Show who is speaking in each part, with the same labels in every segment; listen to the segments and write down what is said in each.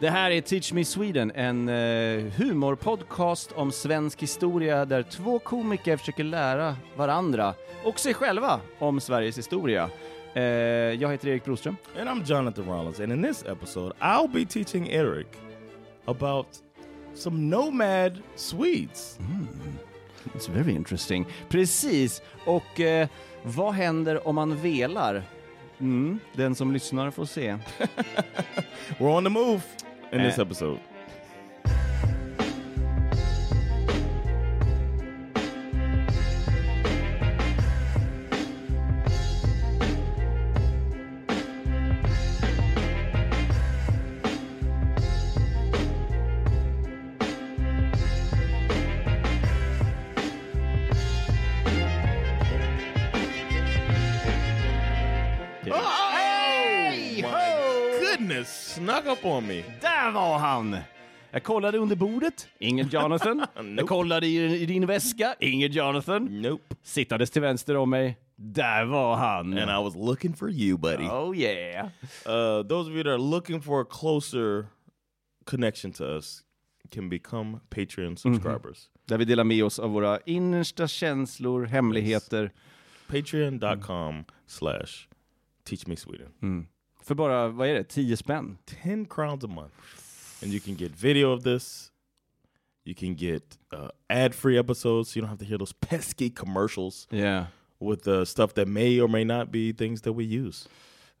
Speaker 1: Det här är Teach Me Sweden, en eh, humorpodcast om svensk historia där två komiker försöker lära varandra och sig själva om Sveriges historia. Eh, jag heter Erik Broström.
Speaker 2: And I'm Jonathan Rollins, and in this episode, I'll be teaching Eric about some nomad Swedes.
Speaker 1: It's very interesting. Precis, och eh, vad händer om man velar? Mm, den som lyssnar får se.
Speaker 2: We're on the move in this
Speaker 1: Eh.
Speaker 2: episode. Oh, my goodness, snuck up on me.
Speaker 1: Där var han! Jag kollade under bordet, ingen Jonathan. Jag kollade i, i din väska, ingen Jonathan.
Speaker 2: Nope.
Speaker 1: Sittandes till vänster om mig, där var han.
Speaker 2: And I was looking for you, buddy.
Speaker 1: Oh yeah.
Speaker 2: Uh, those of you that are looking for a closer connection to us can become Patreon subscribers.
Speaker 1: Där vi delar med oss av våra innersta känslor, hemligheter.
Speaker 2: Patreon.com slash teach me Sweden.
Speaker 1: För bara, vad är det, 10 spänn?
Speaker 2: 10 crowns a month. And you can get video of this. You can get uh, ad free episodes so you don't have to hear those pesky commercials
Speaker 1: Yeah.
Speaker 2: with uh, stuff that may or may not be things that we use.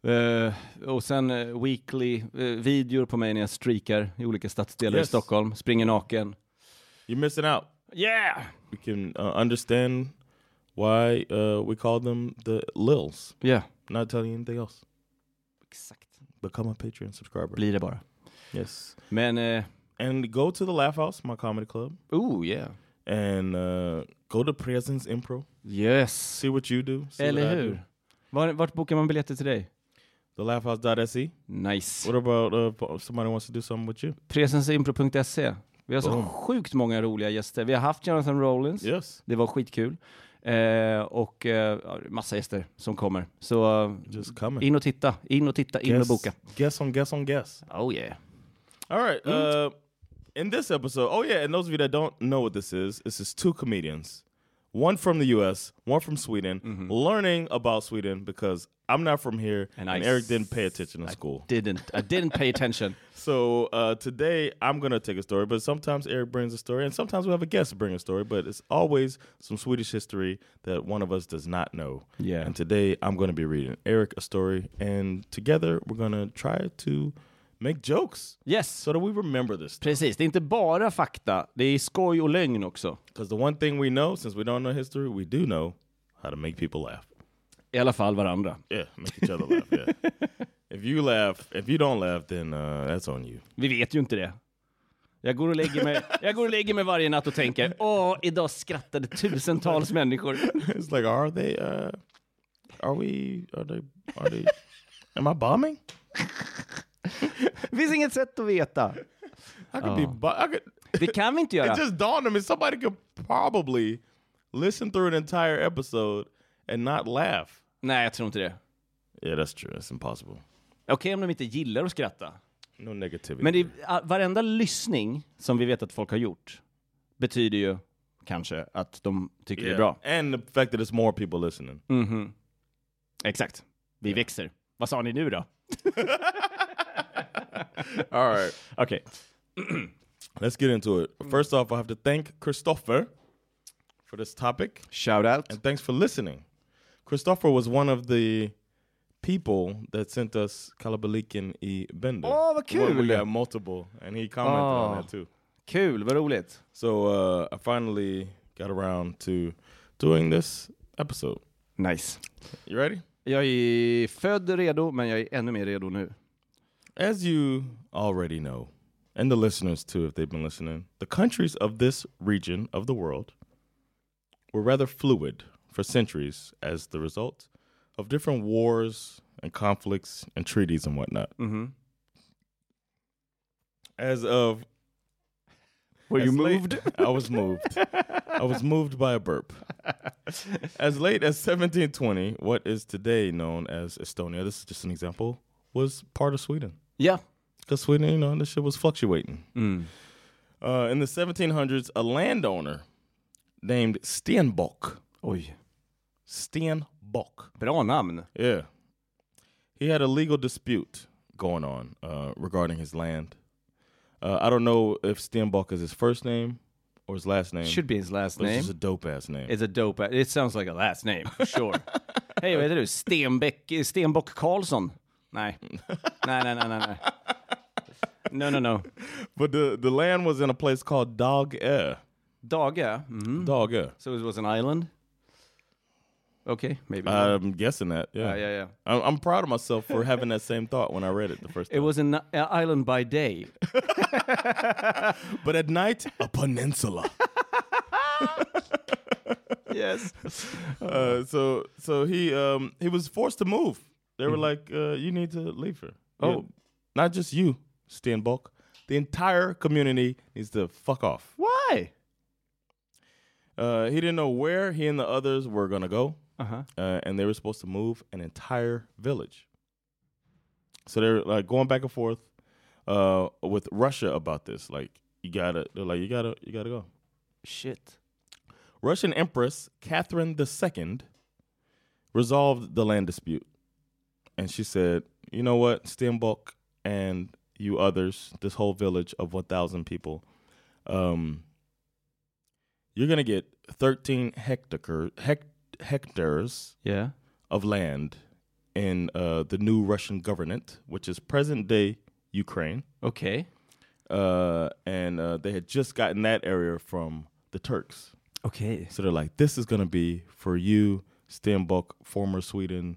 Speaker 1: Eh, och sen eh, weekly eh, videor på mig när jag streakar i olika stadsdelar i
Speaker 2: Yes.
Speaker 1: Stockholm, springer naken.
Speaker 2: You're missing out.
Speaker 1: Yeah!
Speaker 2: You can uh, understand why uh, we call them the Lils.
Speaker 1: Yeah.
Speaker 2: Not telling you anything else.
Speaker 1: Exakt.
Speaker 2: Become a Patreon subscriber.
Speaker 1: Blir det bara.
Speaker 2: Yes.
Speaker 1: Men, eh,
Speaker 2: And go to the Laugh House, my comedy club,
Speaker 1: oh yeah.
Speaker 2: and uh, go to Presence Impro.
Speaker 1: Yes.
Speaker 2: See what you do. See what I
Speaker 1: Eller
Speaker 2: do.
Speaker 1: hur? Var, vart bokar man biljetter till dig?
Speaker 2: TheLaughHouse.se.
Speaker 1: Nice.
Speaker 2: What about uh, if somebody wants to do something with you?
Speaker 1: Presenseimpro.se. Vi har så sjukt många roliga gäster. Vi har haft Jonathan Rollins.
Speaker 2: Yes.
Speaker 1: Det var skitkul. Eh, och eh, ja, massa gäster som kommer. Så eh,
Speaker 2: Just coming.
Speaker 1: in och titta, in och titta, in och boka.
Speaker 2: Guess on guess on guess.
Speaker 1: Oh yeah.
Speaker 2: All right. Uh, in this episode, oh yeah, and those of you that don't know what this is, this is two comedians, one from the U.S., one from Sweden, learning about Sweden because I'm not from here
Speaker 1: Mm-hmm. And
Speaker 2: and,
Speaker 1: I
Speaker 2: Eric
Speaker 1: s-
Speaker 2: didn't pay attention in school.
Speaker 1: Didn't, I didn't pay attention.
Speaker 2: So uh, today I'm gonna take a story, but sometimes Eric brings a story, and sometimes we have a guest bring a story, but it's always some Swedish history that one of us does not know.
Speaker 1: Yeah.
Speaker 2: And today I'm gonna be reading Eric a story, and together we're gonna try to make jokes
Speaker 1: Yes,
Speaker 2: so that we remember this.
Speaker 1: precis. Det är inte bara fakta, det är skoj och lögn också.
Speaker 2: Because the one thing we know, since we don't know history, we do know how to make people laugh.
Speaker 1: I alla fall varandra.
Speaker 2: Yeah, make each other laugh. Yeah. If you laugh, if you don't laugh, then uh, that's on you.
Speaker 1: Vi vet ju inte det. Jag går och lägger mig, jag går och lägger mig varje natt och tänker, åh, idag skrattade tusentals människor.
Speaker 2: It's like, are they? Uh, are we? Are they? Are they? am I bombing?
Speaker 1: Det finns inget sätt att veta.
Speaker 2: I could be. Bo- I could.
Speaker 1: Det kan vi inte göra.
Speaker 2: It just dawned on me. Somebody could probably listen through an entire episode and not laugh.
Speaker 1: Nej, jag tror inte det.
Speaker 2: Yeah, that's true. That's impossible.
Speaker 1: Okej om de inte gillar att skratta.
Speaker 2: No negativity.
Speaker 1: Men det, a- varenda lyssning som vi vet att folk har gjort betyder ju kanske att de tycker det är bra.
Speaker 2: And the fact that it's more people listening.
Speaker 1: Mhm. Exakt. Vi växer. Vad sa ni nu då?
Speaker 2: All right.
Speaker 1: Okej.
Speaker 2: Let's get into it. First off, I have to thank Christopher for this topic.
Speaker 1: Shout out.
Speaker 2: And thanks for listening. Christopher was one of the people that sent us Kalabalikin i Bender.
Speaker 1: Åh, vad
Speaker 2: Well, We
Speaker 1: kul!
Speaker 2: got multiple, and he commented on
Speaker 1: Ah.
Speaker 2: that too.
Speaker 1: Kul, vad roligt.
Speaker 2: So uh, I finally got around to doing this episode.
Speaker 1: Nice.
Speaker 2: You ready?
Speaker 1: Jag är född redo, men jag är ännu mer redo nu.
Speaker 2: As you already know, and the listeners too, if they've been listening, the countries of this region of the world were rather fluid for centuries as the result of different wars and conflicts and treaties and whatnot.
Speaker 1: Mm-hmm.
Speaker 2: As of.
Speaker 1: Were
Speaker 2: as late- I was moved. I was moved by a burp. As late as 1720, what is today known as Estonia, this is just an example, was part of Sweden.
Speaker 1: Yeah.
Speaker 2: Because Sweden, you know, this shit was fluctuating.
Speaker 1: Mm.
Speaker 2: Uh, in the 1700s, a landowner named Oh, Stenbock.
Speaker 1: Oj.
Speaker 2: Stenbock.
Speaker 1: Bra namn.
Speaker 2: Yeah. He had a legal dispute going on uh, regarding his land. Uh, I don't know if Stenbock is his first name or his last name.
Speaker 1: Should be his last
Speaker 2: but It's
Speaker 1: name.
Speaker 2: just a dope ass name.
Speaker 1: It's a dope. uh, It sounds like a last name, for sure. Hej, vad heter du? Stenbeck, Stenbock Karlsson? Nej. nej, nej, nej, nej, nej. No, no, no.
Speaker 2: but the, the land was in a place called Dog Air.
Speaker 1: Dage? Mhm.
Speaker 2: Dog Air.
Speaker 1: So it was an island? Okay, maybe.
Speaker 2: I'm guessing that. Yeah.
Speaker 1: yeah, yeah, yeah.
Speaker 2: I'm, I'm proud of myself for having that same thought when I read it the first
Speaker 1: It
Speaker 2: time.
Speaker 1: was an uh, island by day.
Speaker 2: but at night, a peninsula.
Speaker 1: yes.
Speaker 2: Uh, so so he um he was forced to move. They were like, uh, you need to leave here. You-
Speaker 1: Oh.
Speaker 2: not just you, Stenbock. The entire community needs to fuck off.
Speaker 1: Why?
Speaker 2: Uh, he didn't know where he and the others were gonna go,
Speaker 1: Uh-huh.
Speaker 2: uh, and they were supposed to move an entire village. So they're like going back and forth uh, with Russia about this. Like you gotta, they're like you gotta, you gotta go.
Speaker 1: Shit.
Speaker 2: Russian Empress Catherine II resolved the land dispute. And she said, You know what, Stenbock and you others, this whole village of 1,000 people, um, you're going to get 13 hectaker, hec- hectares
Speaker 1: Yeah.
Speaker 2: of land in uh, the new Russian government, which is present day Ukraine.
Speaker 1: Okay.
Speaker 2: Uh, and uh, they had just gotten that area from the Turks.
Speaker 1: Okay.
Speaker 2: So they're like, this is going to be for you, Stenbock, former Sweden.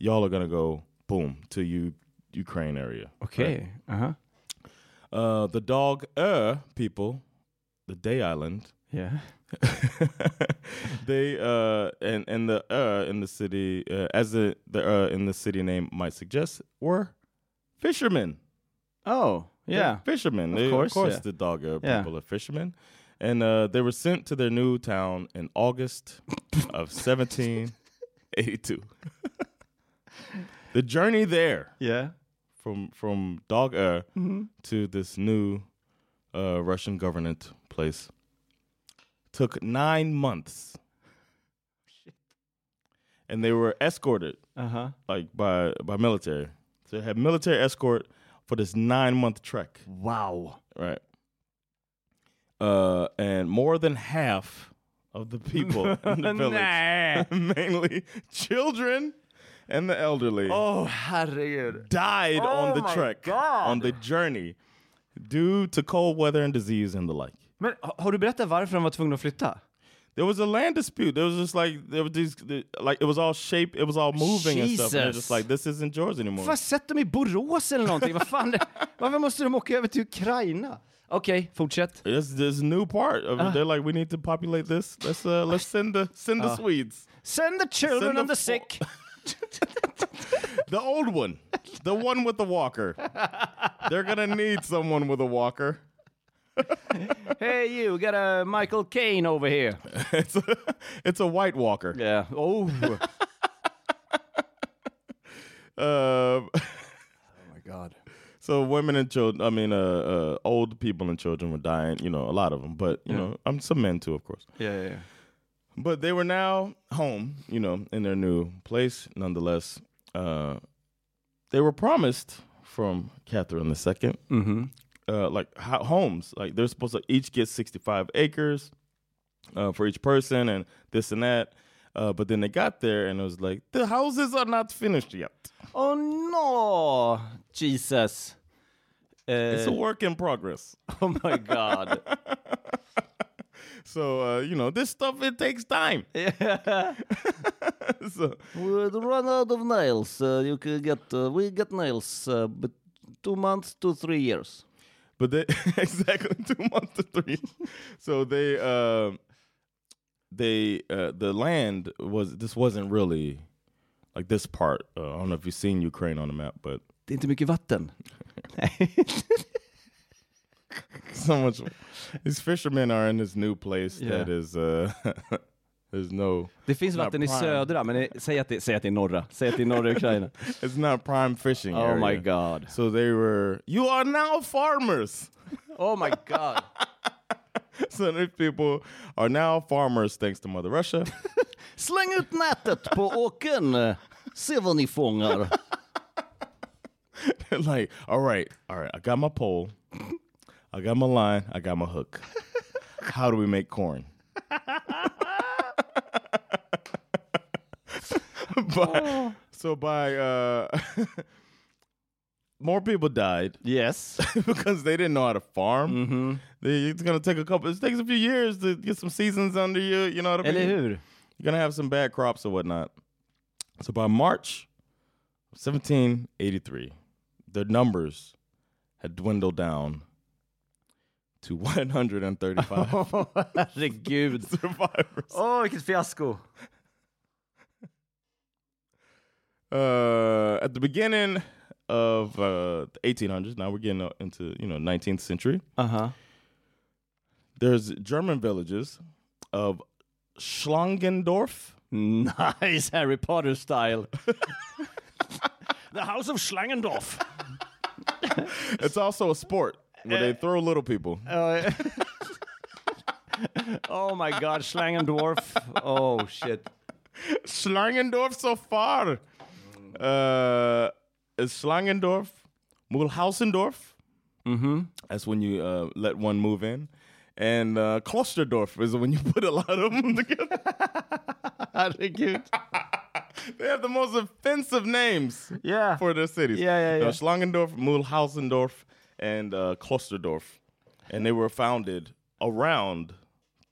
Speaker 2: Y'all are going to go, boom, to you, Ukraine area.
Speaker 1: Okay. Uh-huh.
Speaker 2: Uh, the Dog Er people, the Day Island,
Speaker 1: Yeah.
Speaker 2: they, uh, and, and the Er in the city, uh, as the, the Er in the city name might suggest, were fishermen.
Speaker 1: Oh, yeah.
Speaker 2: They're fishermen. They- Of course,
Speaker 1: course, yeah.
Speaker 2: the Dog Er
Speaker 1: Yeah.
Speaker 2: people are fishermen. And uh, they were sent to their new town in August of 1782. the journey there
Speaker 1: Yeah.
Speaker 2: from from Dog Er
Speaker 1: Mm-hmm.
Speaker 2: to this new uh, Russian government place took nine months. And they were escorted
Speaker 1: Uh-huh.
Speaker 2: like by by military. So they had military escort for this nine month trek.
Speaker 1: Wow.
Speaker 2: Right. Uh, and more than half of the people in the village,
Speaker 1: Nej.
Speaker 2: mainly children and the elderly,
Speaker 1: Åh, herregud.
Speaker 2: died on the
Speaker 1: Oh. my
Speaker 2: trek,
Speaker 1: God.
Speaker 2: on the journey, due to cold weather and disease and the like.
Speaker 1: Men ha- har du berättat varför de var tvungna att flytta?
Speaker 2: There was a land dispute. There was just like there was these the- like it was all shape, it was all moving and stuff. And they're
Speaker 1: Jesus.
Speaker 2: just like this isn't yours anymore.
Speaker 1: Fan, sätt dem i Borås eller någonting. Vad fan? Varför måste de åka över till Ukraina? Okej, fortsätt.
Speaker 2: This this new part of they're like we need to populate this. Let's uh let's send the send the Swedes.
Speaker 1: Send the children
Speaker 2: Send the
Speaker 1: and the
Speaker 2: fo-
Speaker 1: sick.
Speaker 2: The old one. The one with the walker. They're going to need someone with a walker.
Speaker 1: hey you, got a Michael Caine over here.
Speaker 2: It's a, it's a white walker.
Speaker 1: Yeah. Oh. oh
Speaker 2: Um,
Speaker 1: my god.
Speaker 2: so women and children, I mean, uh, uh, old people and children were dying, you know, a lot of them. But, you know, I'm some men too, of course.
Speaker 1: Yeah, yeah, yeah.
Speaker 2: But they were now home, you know, in their new place. Nonetheless, uh, they were promised from Catherine II, mm-hmm. uh, like ho- homes. Like they're supposed to each get 65 acres uh, for each person and this and that. Uh, but then they got there and it was like, the houses are not finished yet.
Speaker 1: Oh no. Jesus. Eh,
Speaker 2: It's a work in progress.
Speaker 1: oh my god.
Speaker 2: so uh, you know, this stuff it takes time. so
Speaker 1: We'd run out of nails. Uh, you could get uh, we get nails, uh, but two months to three years.
Speaker 2: But they exactly two months to three. so they uh, they uh, the land was this wasn't really like this part. Uh, I don't know if you've seen Ukraine on the map, but
Speaker 1: Det är inte mycket vatten.
Speaker 2: so much. These fishermen are in this new place that
Speaker 1: Yeah.
Speaker 2: is uh, there's no
Speaker 1: Det finns
Speaker 2: Not
Speaker 1: vatten i
Speaker 2: prime.
Speaker 1: södra, men eh, säg att det, säg att det är norra. Säg att det är norra Ukraina.
Speaker 2: it's not prime fishing.
Speaker 1: Oh my
Speaker 2: area.
Speaker 1: god.
Speaker 2: So they were. You are now farmers.
Speaker 1: Oh my god.
Speaker 2: So these people are now farmers thanks to Mother Russia.
Speaker 1: Släng ut nätet på åken. Se vad ni fångar.
Speaker 2: They're like, all right, all right, I got my pole, I got my line, I got my hook. How do we make corn? By- so by uh, more people died
Speaker 1: Yes.
Speaker 2: because they didn't know how to farm. They, it's gonna take a couple. It takes a few years to get some seasons under you. You know what I
Speaker 1: Eller
Speaker 2: mean?
Speaker 1: hur?
Speaker 2: You're gonna have some bad crops or whatnot. So by March 1783, the numbers had dwindled down to 135
Speaker 1: Herregud.
Speaker 2: survivors.
Speaker 1: Åh, vilket fiasko.
Speaker 2: Uh, at the beginning of uh, the 1800s, now we're getting uh, into you know 19th century.
Speaker 1: Aha.
Speaker 2: There's German villages of Schlangendorf.
Speaker 1: Nice Harry Potter style. The House of Schlangendorf.
Speaker 2: It's also a sport where they throw little people.
Speaker 1: Oh my god, Schlangendorf. Oh shit.
Speaker 2: Schlangendorf so far. Uh, is Schlangendorf, Mulhausendorf. Mm-hmm. That's when you uh, let one move in. And uh, Klosterdorf is when you put a lot of them together.
Speaker 1: Herregud.
Speaker 2: they have the most offensive names
Speaker 1: Yeah.
Speaker 2: for their cities.
Speaker 1: Yeah, yeah,
Speaker 2: Uh,
Speaker 1: yeah.
Speaker 2: Schlangendorf, Mulhausendorf, and uh, Klosterdorf. And they were founded around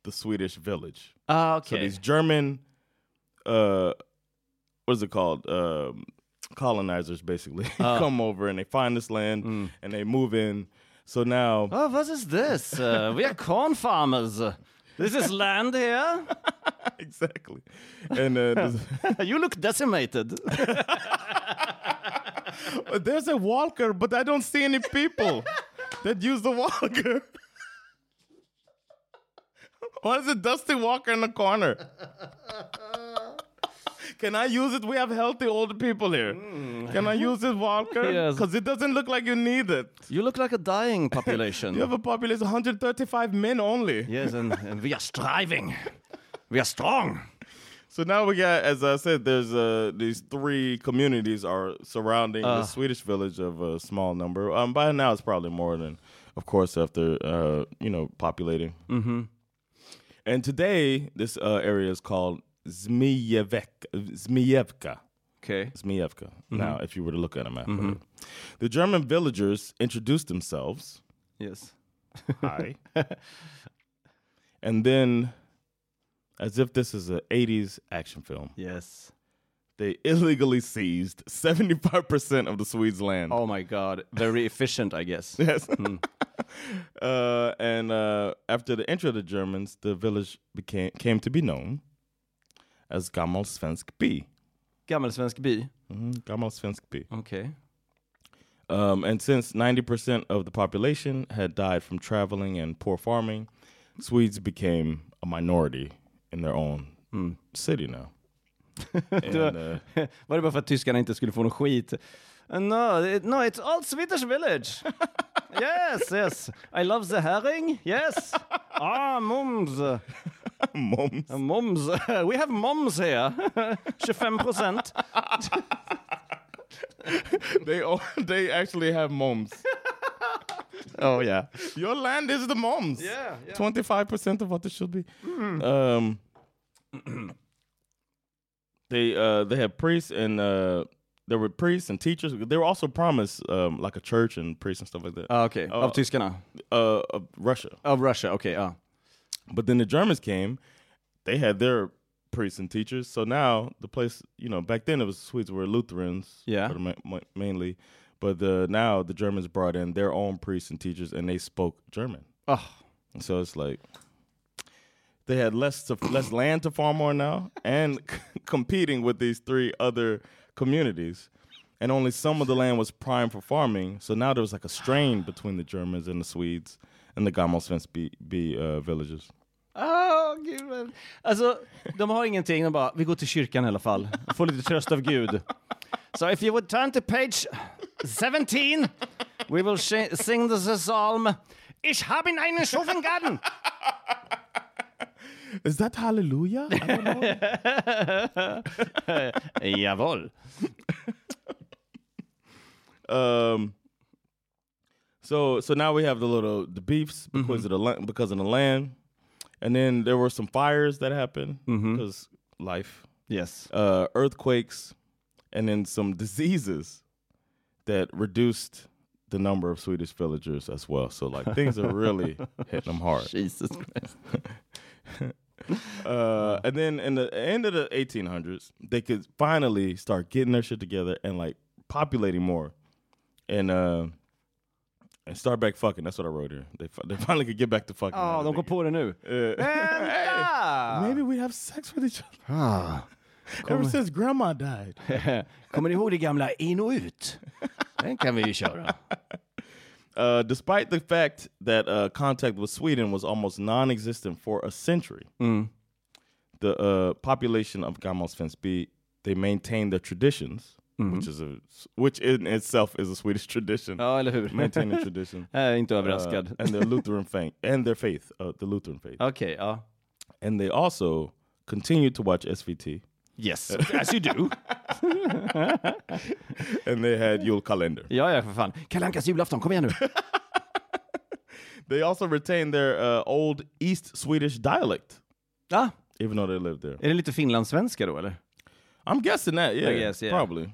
Speaker 2: the Swedish village.
Speaker 1: Ah,
Speaker 2: So
Speaker 1: okej.
Speaker 2: these German, uh, what is it called? Um, colonizers basically come over and they find this land and they move in. So now,
Speaker 1: Oh, what is this? Uh, we are corn farmers. This is land here.
Speaker 2: exactly, and uh, there's,
Speaker 1: You look decimated.
Speaker 2: there's a walker, but I don't see any people that use the walker. Why is a dusty walker in the corner? Can I use it? We have healthy old people here. Can I use this walker?
Speaker 1: Yes.
Speaker 2: Because it doesn't look like you need it.
Speaker 1: You look like a dying population.
Speaker 2: You have a population 135 men only.
Speaker 1: Yes, and, and we are striving. We are strong.
Speaker 2: So now we got, as I said, there's uh, these three communities are surrounding the Swedish village of a small number. Um, by now it's probably more than, of course, after uh, you know populating. Mm-hmm. And today this uh, area is called Zmijevek, Zmijevka.
Speaker 1: Okay.
Speaker 2: Zmijevka. Now, if you were to look at a map, whatever. the German villagers introduced themselves.
Speaker 1: Yes.
Speaker 2: Hi. and then, as if this is an 80s action film,
Speaker 1: Yes.
Speaker 2: they illegally seized 75% of the Swedes' land.
Speaker 1: Oh my god. Very efficient, I guess.
Speaker 2: Yes. uh, and uh, after the entry of the Germans, the village became came to be known as Gamal Svensk B.
Speaker 1: Gammelsvensk by.
Speaker 2: Gamal Svensk B.
Speaker 1: Okay.
Speaker 2: Um, and since 90% of the population had died from traveling and poor farming, Swedes became a minority in their own
Speaker 1: Hmm.
Speaker 2: city now. and, uh,
Speaker 1: Var det bara för att tyskarna inte skulle få någon skit? Uh, No, it, no, it's all Swedish village. yes, yes. I love the herring. Yes. Ah, moms.
Speaker 2: moms.
Speaker 1: Moms. We have moms here. 25 procent.
Speaker 2: They, all, they actually have moms.
Speaker 1: Oh yeah.
Speaker 2: Your land is the moms.
Speaker 1: Yeah, yeah. Mm-hmm.
Speaker 2: 25% of what it should be. Um, they uh, they had priests and uh, there were priests and teachers. They were also promised um, like a church
Speaker 1: Uh,
Speaker 2: and priests and stuff like that.
Speaker 1: Ah, Okej, av
Speaker 2: Ja.
Speaker 1: tyskarna.
Speaker 2: uh, of Russia.
Speaker 1: Av Russia, okej. ja.
Speaker 2: But then the Germans came, they had their priests and teachers. So now the place, you know, back then it was Swedes were Lutherans,
Speaker 1: Yeah.
Speaker 2: for the ma- ma- mainly. But the now the Germans brought in their own priests and teachers, and they spoke German.
Speaker 1: Oh,
Speaker 2: And So it's like they had less to, less land to farm on now, and c- competing with these three other communities, and only some of the land was prime for farming. So now there was like a strain between the Germans and the Swedes and the Gammalsvensk B uh, villages.
Speaker 1: Ah, gud. men- Alltså, de har ingenting. De bara, vi går till kyrkan i alla fall. Får lite tröst av Gud. So if you would turn to page 17, we will shi- sing the psalm. Ich habe einen Schofengarten.
Speaker 2: Is that Hallelujah? I don't know.
Speaker 1: Jawohl.
Speaker 2: um, so so now we have the little the beefs because of the la- because of the land, and then there were some fires that happened because life.
Speaker 1: Yes.
Speaker 2: uh, earthquakes, and then some diseases that reduced the number of Swedish villagers as well. So like things are really hitting them hard.
Speaker 1: Jesus Christ.
Speaker 2: Uh, and then in the end of the 1800s, they could finally start getting their shit together and like populating more, and uh, and start back fucking. That's what I wrote here. They fi- they finally could get back to fucking.
Speaker 1: Ja,
Speaker 2: and
Speaker 1: de går
Speaker 2: everything.
Speaker 1: på det nu. Vänta!
Speaker 2: Maybe we have sex with each other.
Speaker 1: Ah.
Speaker 2: Ever since grandma died.
Speaker 1: Kommer ni ihåg det gamla in och ut? Den kan vi ju köra.
Speaker 2: uh, despite the fact that uh, contact with Sweden was almost non-existent for a century,
Speaker 1: Mm.
Speaker 2: the uh, population of Gammalsvensby they maintained their traditions, which is a which in itself is a Swedish tradition.
Speaker 1: Mm-hmm. Ja, eller hur?
Speaker 2: Maintaining tradition.
Speaker 1: Jag är inte
Speaker 2: Uh,
Speaker 1: överraskad.
Speaker 2: and their Lutheran faith, and their faith, uh, the Lutheran faith,
Speaker 1: Okej, ja.
Speaker 2: and they also continued to watch SVT,
Speaker 1: Yes, as you do.
Speaker 2: and they had Yule calendar.
Speaker 1: Ja, ja, för fan. Kalle Ankas julafton, kom igen nu.
Speaker 2: They also retained their uh, old East Swedish dialect,
Speaker 1: Ja,
Speaker 2: even though they lived there.
Speaker 1: är det lite finlandssvenska då, eller?
Speaker 2: I'm guessing that, yeah,
Speaker 1: guess, yeah.
Speaker 2: probably.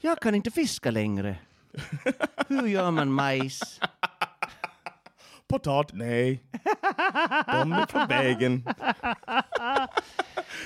Speaker 1: Jag kan inte fiska längre. Hur gör man majs?
Speaker 2: Potat, nej. De är på vägen.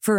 Speaker 3: For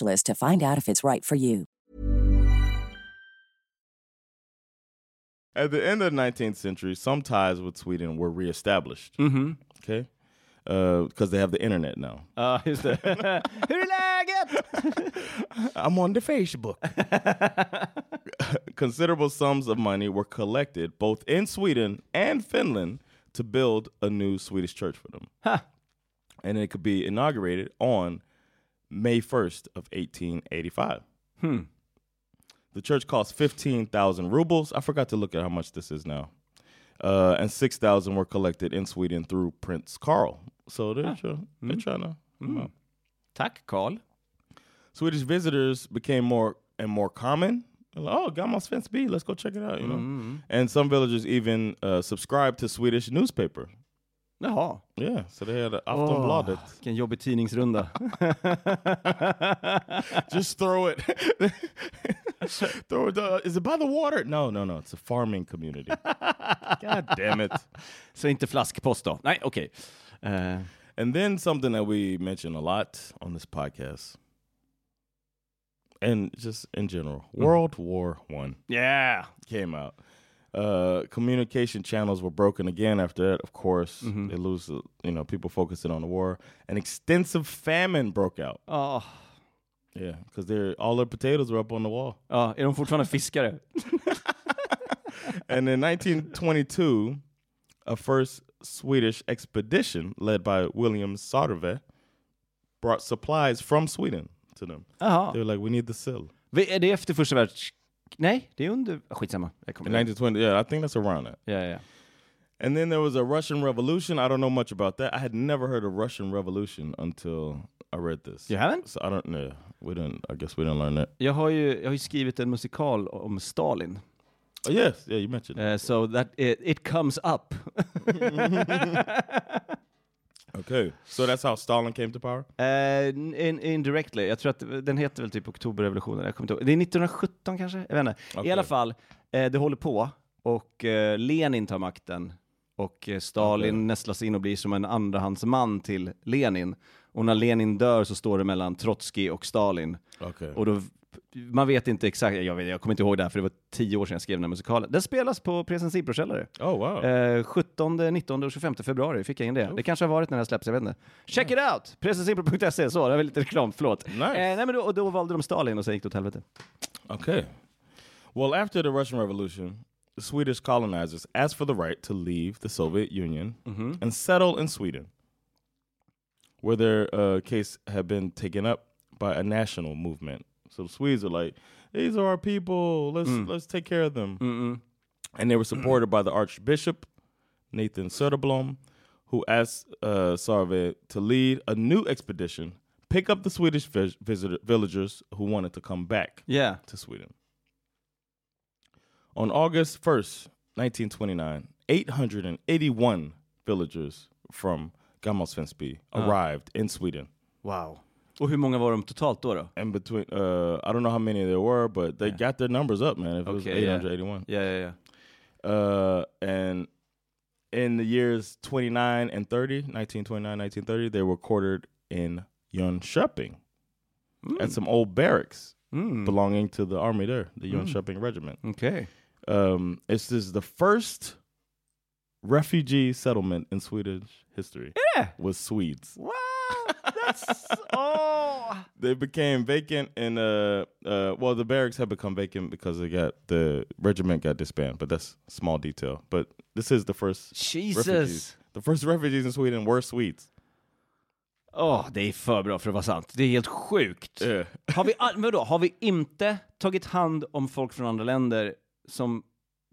Speaker 3: to find out if it's right for you.
Speaker 2: At the end of the 19th century, some ties with Sweden were reestablished.
Speaker 1: Mhm.
Speaker 2: Okay? Because they have the internet now.
Speaker 1: Ja, just det. Hur är läget?
Speaker 2: I'm on the Facebook. Considerable sums of money were collected both in Sweden and Finland to build a new Swedish church for them. And it could be inaugurated on May 1st of 1885.
Speaker 1: Hmm.
Speaker 2: The church cost 15,000 rubles. I forgot to look at how much this is now. Uh, and 6,000 were collected in Sweden through Prince Carl. So they're, try- they're trying to.
Speaker 1: Tack, Karl.
Speaker 2: Swedish visitors became more and more common, I'm like, oh, got my Svensk B. Let's go check it out. You know, and some villagers even uh, subscribe to Swedish newspaper.
Speaker 1: Jaha.
Speaker 2: Yeah, so they had Aftonbladet.
Speaker 1: Vilken jobbig tidningsrunda.
Speaker 2: Just throw it. throw it. down. is it by the water? No, no, no. It's a farming community. God damn it.
Speaker 1: Så inte flaskpost då? Nej, okej. Eh,
Speaker 2: And then something that we mention a lot on this podcast, and just in general, World War One
Speaker 1: yeah!
Speaker 2: came out. Uh, communication channels were broken again after that. Of course, they lose. uh, You know, people focusing on the war. An extensive famine broke out.
Speaker 1: Ja,
Speaker 2: Yeah, because they're all their potatoes were up on the wall.
Speaker 1: ja, är de fortfarande fiskare?
Speaker 2: And in 1922, a first Swedish expedition led by William Sarve brought supplies from Sweden to them.
Speaker 1: Jaha.
Speaker 2: They were like, "We need the sill."
Speaker 1: Vi- Är det efter första världskriget? Nej, det är under... Ah, Skitsamma. Jag
Speaker 2: In
Speaker 1: kommer inte
Speaker 2: 1920, yeah, I think that's around it.
Speaker 1: Ja, ja.
Speaker 2: And then there was a Russian Revolution. I don't know much about that. I had never heard of Russian Revolution until I read this.
Speaker 1: You haven't?
Speaker 2: So I don't know. We didn't. I guess we didn't learn that.
Speaker 1: Jag har ju jag har ju skrivit en musikal om Stalin.
Speaker 2: Oh, yes, yeah, you mentioned. it.
Speaker 1: Eh, so that it, it comes up.
Speaker 2: Okay, so that's how Stalin came to power.
Speaker 1: Eh, in, indirectly. Jag tror att den heter väl typ Oktoberrevolutionen. Jag kommer inte ihåg. Det är 1917 kanske? Jag vet inte. I
Speaker 2: Okej.
Speaker 1: alla fall, eh, det håller på och eh, Lenin tar makten och eh, Stalin nästlas in och blir som en andrahandsman till Lenin. Och när Lenin dör så står det mellan Trotskij och Stalin.
Speaker 2: Okay.
Speaker 1: Och då, man vet inte exakt, jag, vet, jag kommer inte ihåg det här för det var tio år sedan jag skrev den här musikalen. Den spelas på Presens Ibrokällare.
Speaker 2: Oh wow.
Speaker 1: Eh, 17, 19 och 25 februari fick jag in det.
Speaker 2: Oh.
Speaker 1: Det kanske har varit när det här släpps, jag vet inte. Check it out! Pressensimpro.se, så, det var lite reklam, förlåt.
Speaker 2: Nice.
Speaker 1: Eh, nej, men då, och då valde de Stalin och sen gick det åt helvete.
Speaker 2: Okay. Well, after the Russian Revolution, the Swedish colonizers asked for the right to leave the Soviet Union and settle in Sweden, where their uh, case had been taken up by a national movement. So the Swedes are like, "These are our people. Let's let's take care of them." And they were supported by the Archbishop Nathan Söderblom, who asked uh, Sarve to lead a new expedition, pick up the Swedish vis- visitor- villagers who wanted to come back
Speaker 1: Yeah.
Speaker 2: to Sweden. On August 1st, 1929, 881 villagers from Gammalsvensby
Speaker 1: Ah.
Speaker 2: arrived in Sweden.
Speaker 1: Wow. Och hur många var de totalt då? då?
Speaker 2: And between, uh, I don't know how many there were, but they got their numbers up, man. If it was
Speaker 1: Okay, yeah.
Speaker 2: 881.
Speaker 1: Ja, ja, ja.
Speaker 2: Uh, and in the years 29 and 30, 1929, 1930, they were quartered in Jönköping
Speaker 1: Hmm.
Speaker 2: at some old barracks belonging to the army there, the
Speaker 1: Hmm.
Speaker 2: Jönköping Regiment.
Speaker 1: Okej.
Speaker 2: Um, this is the first refugee settlement in Swedish history. Yeah. Was Swedes.
Speaker 1: Wow! That's... Oh.
Speaker 2: They became vacant and uh, uh, well, the barracks had become vacant because they got the regiment got disbanded. But that's small detail. But this is the first
Speaker 1: Jesus.
Speaker 2: refugees. The first refugees in Sweden were Swedes.
Speaker 1: Åh, det är för bra för att vara sant. Det är helt sjukt. Har, vi, all- vadå, har vi inte tagit hand om folk från andra länder som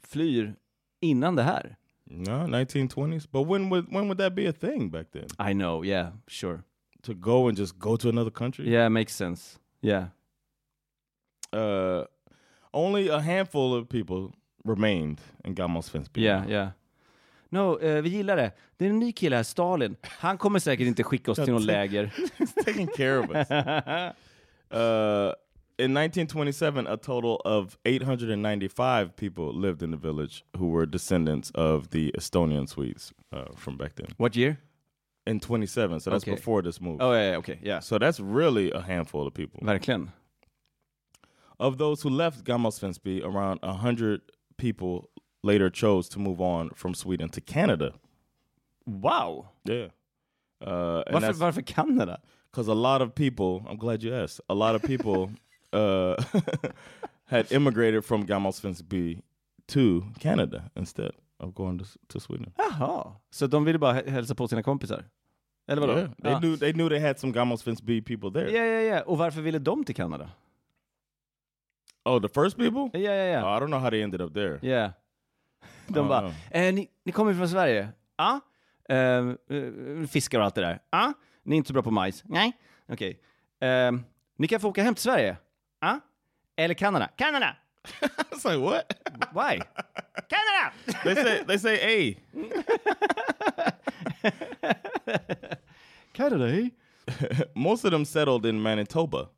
Speaker 1: flyr innan det här?
Speaker 2: No, 1920s. But when would when would that be a thing back then?
Speaker 1: I know, yeah, sure.
Speaker 2: To go and just go to another country?
Speaker 1: Yeah, makes sense. Yeah.
Speaker 2: Uh, only a handful of people remained in Gammalsvensby.
Speaker 1: Yeah, yeah. No, eh, vi gillar det. Det är en ny kille här, Stalin. Han kommer säkert inte skicka oss till något läger.
Speaker 2: taking care of us. Uh, in 1927, a total of 895 people lived in the village who were descendants of the Estonian Swedes uh, from back then.
Speaker 1: What year?
Speaker 2: In 27, so that's
Speaker 1: Okay.
Speaker 2: before this move.
Speaker 1: Oh, yeah, yeah, okej. Yeah.
Speaker 2: So that's really a handful of people.
Speaker 1: Verkligen.
Speaker 2: Of those who left Gammalsvensby, around 100 people later chose to move on from Sweden to Canada.
Speaker 1: Wow!
Speaker 2: Yeah. Uh, and
Speaker 1: Varför,
Speaker 2: that's-
Speaker 1: varför Kanada?
Speaker 2: because a lot of people i'm glad you asked a lot of people uh, had immigrated from gammalsvensby to canada instead of going to, to sweden
Speaker 1: Jaha. Så de ville bara hä- hälsa på sina kompisar? Eller vadå?
Speaker 2: yeah, they
Speaker 1: Ja.
Speaker 2: knew they knew they had some gammalsvensby people there
Speaker 1: Ja, ja, ja. Och varför ville de till Kanada?
Speaker 2: oh the first people
Speaker 1: Ja, ja, ja.
Speaker 2: Oh, i don't know how they ended up there
Speaker 1: Ja. De
Speaker 2: Ja,
Speaker 1: bara, eh, ni, ni kommer från Sverige? Ja. Ehm, Eh, fiskar och allt det där? Ja. Ni är inte så bra på majs? Nej. Okej. Ehm, ni kan få åka hem till Sverige? Ja. Eller Ah? Kanada? Kanada!
Speaker 2: It's like what?
Speaker 1: Why? Canada!
Speaker 2: they say they say a.
Speaker 1: Canada, eh?
Speaker 2: Most of them settled in Manitoba,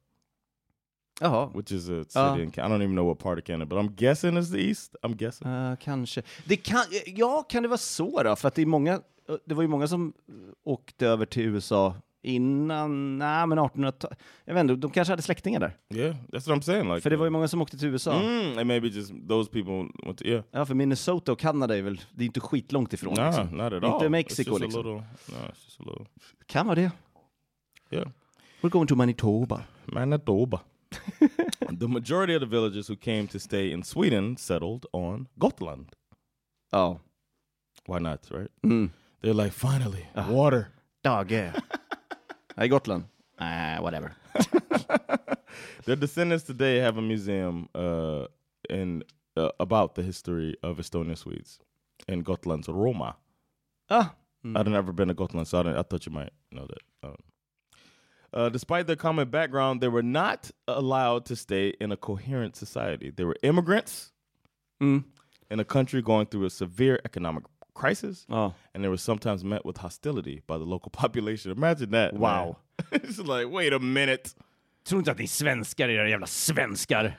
Speaker 1: Jaha.
Speaker 2: which is a city
Speaker 1: Ah.
Speaker 2: in Ca- I don't even know what part of Canada, but I'm guessing it's the east. I'm guessing.
Speaker 1: Eh, kanske. Det kan, ja, kan det vara så då? För att det, är många, det var ju många som eh, åkte över till USA innan, nej men 1800-talet. Jag vet inte, de kanske hade släktingar där.
Speaker 2: yeah, that's what I'm saying. Like,
Speaker 1: För det var ju många som åkte till USA.
Speaker 2: Mm, and maybe just those people. Went to, yeah.
Speaker 1: Ja, för Minnesota och Kanada är väl, det är inte skitlångt ifrån.
Speaker 2: Nah,
Speaker 1: liksom.
Speaker 2: not at
Speaker 1: Inte
Speaker 2: all. It's
Speaker 1: Mexiko,
Speaker 2: just a
Speaker 1: liksom.
Speaker 2: little- nah, it's just a little.
Speaker 1: Kan vara det.
Speaker 2: Yeah.
Speaker 1: We're going to Manitoba.
Speaker 2: Manitoba. the majority of the villagers who came to stay in Sweden settled on Gotland.
Speaker 1: Ja. Mm.
Speaker 2: Why not, right? They're like, finally, water.
Speaker 1: Dage. Nej, Gotland. Nej, whatever.
Speaker 2: Their descendants today have a museum uh, in uh, about the history of Estonian Swedes in Gotland's Roma.
Speaker 1: Ah,
Speaker 2: I've never been to Gotland, so I, didn't, I thought you might know that. I don't know. Uh, despite their common background, they were not allowed to stay in a coherent society. They were immigrants
Speaker 1: Mm.
Speaker 2: in a country going through a severe economic crisis,
Speaker 1: Ja.
Speaker 2: and they were sometimes met with hostility by the local population. Imagine that. man.
Speaker 1: Wow.
Speaker 2: it's like, wait a minute.
Speaker 1: Tror inte att ni är svenskar, era jävla svenskar.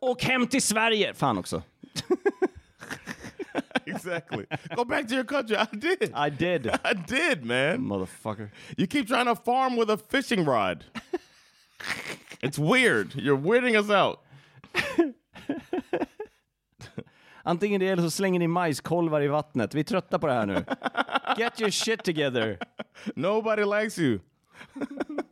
Speaker 1: Åk hem till Sverige! Fan också.
Speaker 2: exactly. Go back to your country. I did.
Speaker 1: I Mm. did.
Speaker 2: I did, man.
Speaker 1: Motherfucker.
Speaker 2: You keep trying to farm with a fishing rod. it's weird. You're weirding us out.
Speaker 1: Antingen det eller så slänger ni majskolvar i vattnet. Vi är trötta på det här nu. Get your shit together.
Speaker 2: Nobody likes you.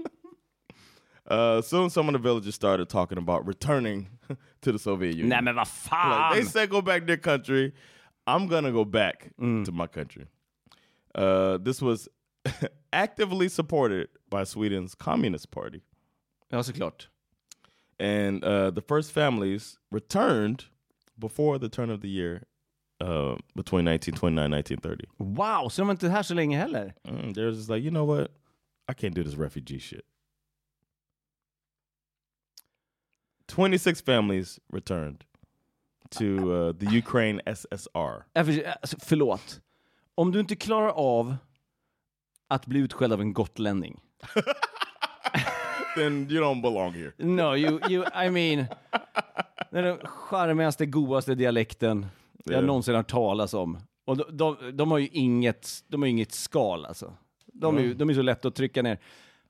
Speaker 2: uh, soon, some of the villagers started talking about returning to the Soviet Union.
Speaker 1: Nej men vad
Speaker 2: Like,
Speaker 1: fan!
Speaker 2: they said go back to their country. I'm gonna go back to my country. Uh, this was actively supported by Sweden's Communist Party,
Speaker 1: Ja såklart.
Speaker 2: and uh, the first families returned before the turn of the year. Uh, between 1929 1930.
Speaker 1: Wow, så de var inte här så länge heller.
Speaker 2: Mm, they were just like, you know what? I can't do this refugee shit. 26 families returned to uh, the Ukraine SSR.
Speaker 1: Äh, för- äh, alltså, Förlåt. Om du inte klarar av att bli utskälld av en gotlänning.
Speaker 2: Then you don't belong here.
Speaker 1: No, you, you I mean. Det är den charmigaste, godaste dialekten jag
Speaker 2: Yeah.
Speaker 1: någonsin har talas om. Och de, de, de har ju inget, de har ju inget skal alltså. De är ju de är så lätta att trycka ner.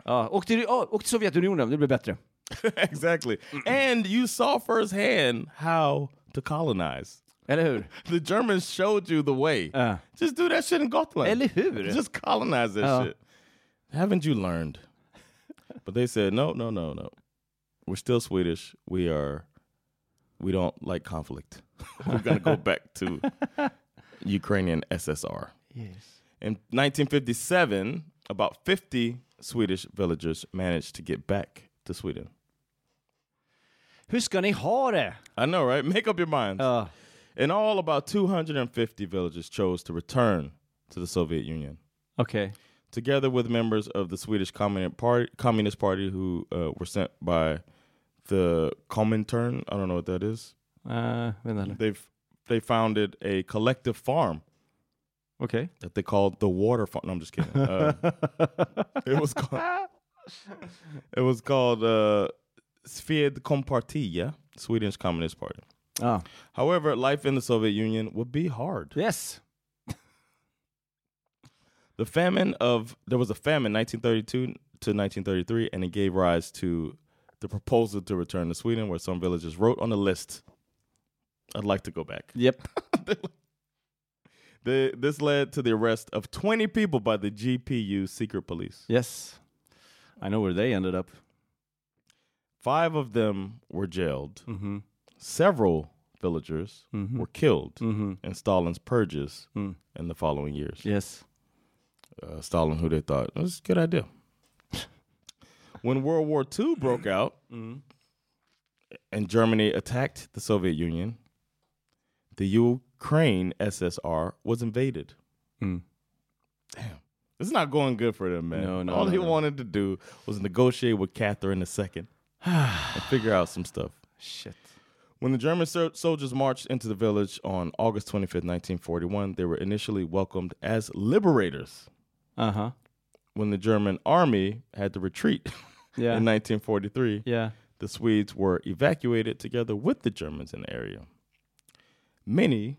Speaker 1: Ja, åk, till, ja, åk till Sovjetunionen, det blir bättre.
Speaker 2: exactly. And you saw firsthand how to colonize.
Speaker 1: Eller hur?
Speaker 2: The Germans showed you the way.
Speaker 1: Ja.
Speaker 2: Just do that shit in Gotland.
Speaker 1: Eller hur?
Speaker 2: Just colonize that
Speaker 1: Ja.
Speaker 2: shit. Haven't you learned? But they said, no, no, no, no. We're still Swedish. We are. We don't like conflict. We're gonna go back to Ukrainian SSR. Yes. In 1957, about 50 Swedish villagers managed to get back to Sweden.
Speaker 1: Hur ska ni ha det?
Speaker 2: I know, right? Make up your minds.
Speaker 1: Ja.
Speaker 2: In all, about 250 villagers chose to return to the Soviet Union.
Speaker 1: Okej.
Speaker 2: together with members of the Swedish Communist Party, Communist Party who uh, were sent by the Comintern. I don't know what that is.
Speaker 1: Eh, vänta nu.
Speaker 2: They've they founded a collective farm
Speaker 1: Okej.
Speaker 2: that they called the Water Farm. No, I'm just kidding. Uh, it was called it was called uh, Sved Kompartia, Swedish Communist Party.
Speaker 1: Ja.
Speaker 2: However, life in the Soviet Union would be hard.
Speaker 1: Yes.
Speaker 2: The famine of there was a famine 1932 to 1933, and it gave rise to the proposal to return to Sweden, where some villagers wrote on the list, "I'd like to go back."
Speaker 1: Yep.
Speaker 2: The, this led to the arrest of 20 people by the GPU secret police.
Speaker 1: Yes. I know where they ended up.
Speaker 2: Five of them were jailed.
Speaker 1: Mhm.
Speaker 2: Several villagers were killed in Stalin's purges in the following years.
Speaker 1: Yes.
Speaker 2: uh, Stalin, who they thought "Oh, this is a good idea. when World War II broke out and Germany attacked the Soviet Union, the Ukraine SSR was invaded.
Speaker 1: Mm.
Speaker 2: Damn. It's not going good for them, man.
Speaker 1: No, no,
Speaker 2: All
Speaker 1: no,
Speaker 2: he
Speaker 1: no.
Speaker 2: wanted to do was negotiate with Catherine II and figure out some stuff.
Speaker 1: Shit.
Speaker 2: When the German sol- soldiers marched into the village on August 25th, 1941, they were initially welcomed as liberators.
Speaker 1: Uh-huh.
Speaker 2: When the German army had to retreat
Speaker 1: Yeah.
Speaker 2: in 1943,
Speaker 1: Yeah.
Speaker 2: the Swedes were evacuated together with the Germans in the area. Many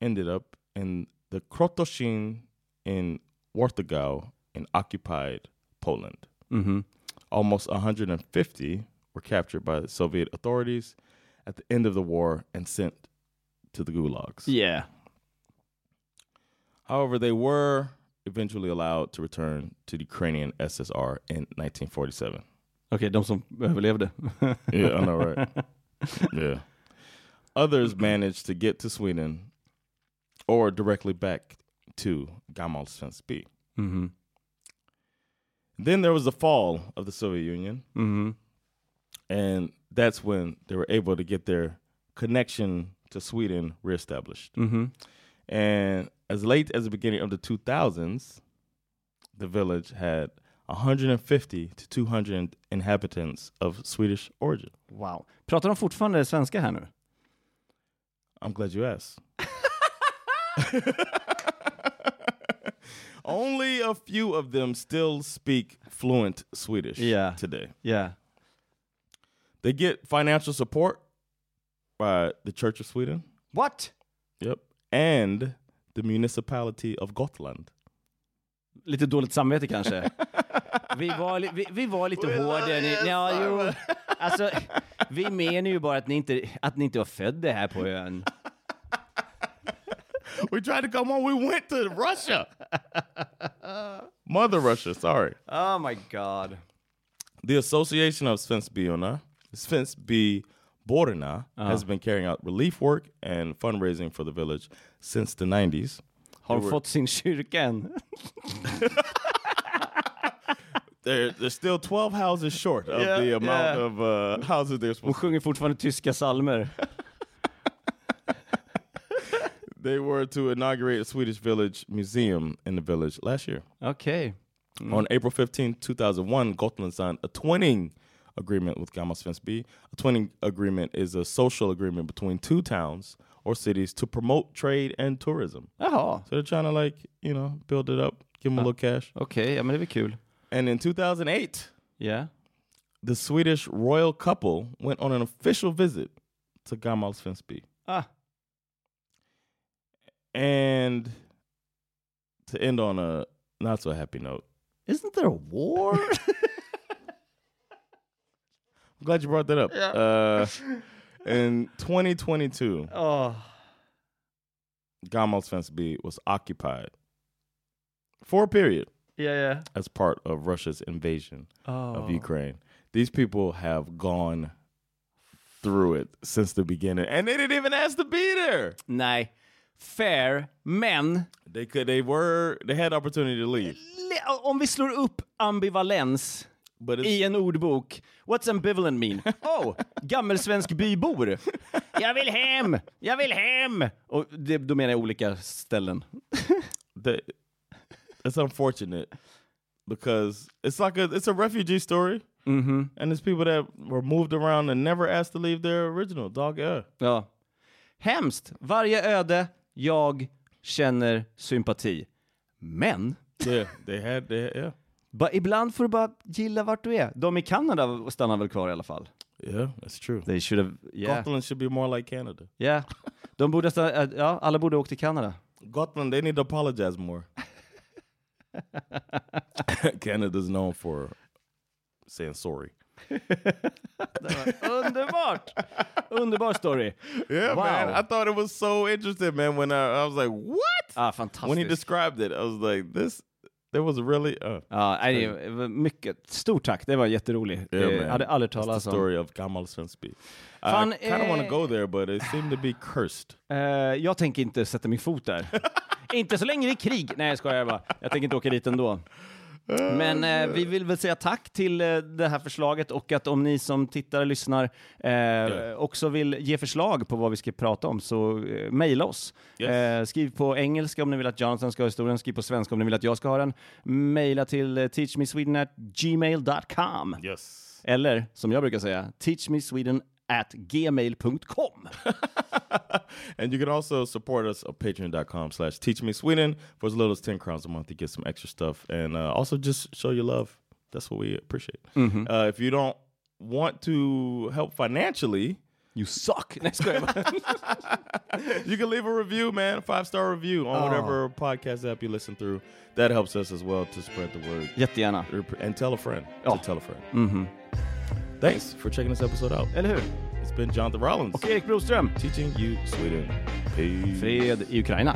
Speaker 2: ended up in the Krotoschin in Warthegau in occupied Poland.
Speaker 1: Mhm.
Speaker 2: Almost 150 were captured by the Soviet authorities at the end of the war and sent to the gulags.
Speaker 1: Yeah.
Speaker 2: However, they were eventually allowed to return to the Ukrainian SSR in 1947.
Speaker 1: Okej, de som överlevde.
Speaker 2: Yeah, I know, right? yeah. Others managed to get to Sweden or directly back to Gamal Svensby.
Speaker 1: Mhm.
Speaker 2: Then there was the fall of the Soviet Union,
Speaker 1: Mhm.
Speaker 2: and that's when they were able to get their connection to Sweden reestablished.
Speaker 1: Mhm.
Speaker 2: And as late as the beginning of the 2000s, the village had 150 to 200 inhabitants of Swedish origin.
Speaker 1: Wow. Pratar de fortfarande svenska här nu?
Speaker 2: I'm glad you asked. Only a few of them still speak fluent Swedish
Speaker 1: Yeah.
Speaker 2: today.
Speaker 1: Yeah.
Speaker 2: They get financial support by the Church of Sweden.
Speaker 1: What?
Speaker 2: Yep. And the municipality of Gotland.
Speaker 1: Lite dåligt samvete kanske. Vi var, li- vi, vi var lite hårda. Ni, ja, jo. Alltså, vi menar ju bara att ni inte, att ni inte var födda här på ön.
Speaker 2: We tried to come on. We went to Russia. Mother Russia, sorry.
Speaker 1: Oh my god.
Speaker 2: The Association of Svensbyona, Svensbyborna, has been carrying out relief work and fundraising for the village since the 90s.
Speaker 1: Har de fått sin kyrka än?
Speaker 2: They're, they're still 12 houses short of
Speaker 1: Yeah,
Speaker 2: the amount
Speaker 1: yeah.
Speaker 2: of uh, houses they're
Speaker 1: Hon
Speaker 2: supposed to.
Speaker 1: sjunger fortfarande tyska salmer.
Speaker 2: They were to inaugurate a Swedish village museum in the village last year.
Speaker 1: Okej.
Speaker 2: On April 15, 2001, Gotland signed a twinning agreement with Gamma Svensby. A twinning agreement is a social agreement between two towns or cities to promote trade and tourism.
Speaker 1: Jaha.
Speaker 2: So they're trying to like, you know, build it up, give them a little cash.
Speaker 1: Okej, ja men det är väl kul.
Speaker 2: Uh, And in 2008,
Speaker 1: Ja.
Speaker 2: the Swedish royal couple went on an official visit to Gamal Svensby.
Speaker 1: Ah.
Speaker 2: And to end on a not so happy note,
Speaker 1: Isn't there a war?
Speaker 2: I'm glad you brought that up. Uh, in 2022,
Speaker 1: oh.
Speaker 2: Gamal Svensby was occupied for a period
Speaker 1: Ja, ja.
Speaker 2: as part of Russia's invasion of Ukraine. These people have gone through it since the beginning, and they didn't even ask to be there.
Speaker 1: Nej. Fair, men
Speaker 2: They could, they were, they had opportunity to leave,
Speaker 1: le- om vi slår upp ambivalens
Speaker 2: but it's,
Speaker 1: i en ordbok. What's ambivalent mean? Oh, gammelsvensk bybor. Jag vill hem! Jag vill hem! Och det, då menar jag olika ställen.
Speaker 2: they, it's unfortunate because it's like a, it's a refugee story, mm-hmm. and it's people that were moved around and never asked to leave their original dog. Yeah.
Speaker 1: Ja. Hemskt! Varje öde. Jag känner sympati. Men,
Speaker 2: yeah, they had, they, yeah,
Speaker 1: ba, ibland får du bara gilla vart du är. De i Kanada stannar väl kvar i alla fall?
Speaker 2: yeah, that's true.
Speaker 1: They should have... Yeah.
Speaker 2: Scotland should be more like Canada.
Speaker 1: yeah. De borde stanna, äh, ja, alla borde ha åkt till Kanada.
Speaker 2: Gotland, they need to apologize more. Canada's known for saying sorry.
Speaker 1: Underbart! Underbar story.
Speaker 2: Yeah,
Speaker 1: Wow.
Speaker 2: man. I thought it was so interesting, man. When I, I was like, what?
Speaker 1: Ah, fantastiskt.
Speaker 2: when he described it, I was like, this. There was really. Uh,
Speaker 1: Ja, nej, det var mycket. Stort tack, det var jätteroligt.
Speaker 2: yeah,
Speaker 1: Jag
Speaker 2: man.
Speaker 1: hade aldrig
Speaker 2: That's
Speaker 1: talat
Speaker 2: the
Speaker 1: om.
Speaker 2: story of Gamal Svensby.
Speaker 1: Fan,
Speaker 2: I kind of want
Speaker 1: eh,
Speaker 2: to go there, but it seemed to be cursed.
Speaker 1: Eh, jag tänker inte sätta min fot där. inte så länge det är krig. Nej, jag skojar bara. Jag tänker inte åka dit ändå. Men eh, vi vill väl säga tack till eh, det här förslaget och att om ni som tittar och lyssnar eh, också vill ge förslag på vad vi ska prata om så eh, mejla oss.
Speaker 2: Yes.
Speaker 1: Eh, skriv på engelska om ni vill att Jonathan ska ha historien, skriv på svenska om ni vill att jag ska ha den. Mejla till eh, teachmesweden@gmail.com.
Speaker 2: Yes.
Speaker 1: Eller som jag brukar säga, teachmesweden at gmail.com.
Speaker 2: And you can also support us at patreon.com slash teach me Sweden for as little as 10 crowns a month. You get some extra stuff and uh, also just show your love. That's what we appreciate. Uh, if you don't want to help financially,
Speaker 1: You suck! Nej, skojar jag bara.
Speaker 2: you can leave a review, man, five star review on whatever podcast app you listen through. That helps us as well to spread the word.
Speaker 1: Jättegärna.
Speaker 2: And tell a friend.
Speaker 1: Oh.
Speaker 2: To tell a friend. Mm-hmm. Thanks for checking this episode out.
Speaker 1: Eller hur?
Speaker 2: It's been Jonathan Rollins
Speaker 1: Och Erik Broström.
Speaker 2: teaching you Sweden. Peace.
Speaker 1: Fred i Ukraina.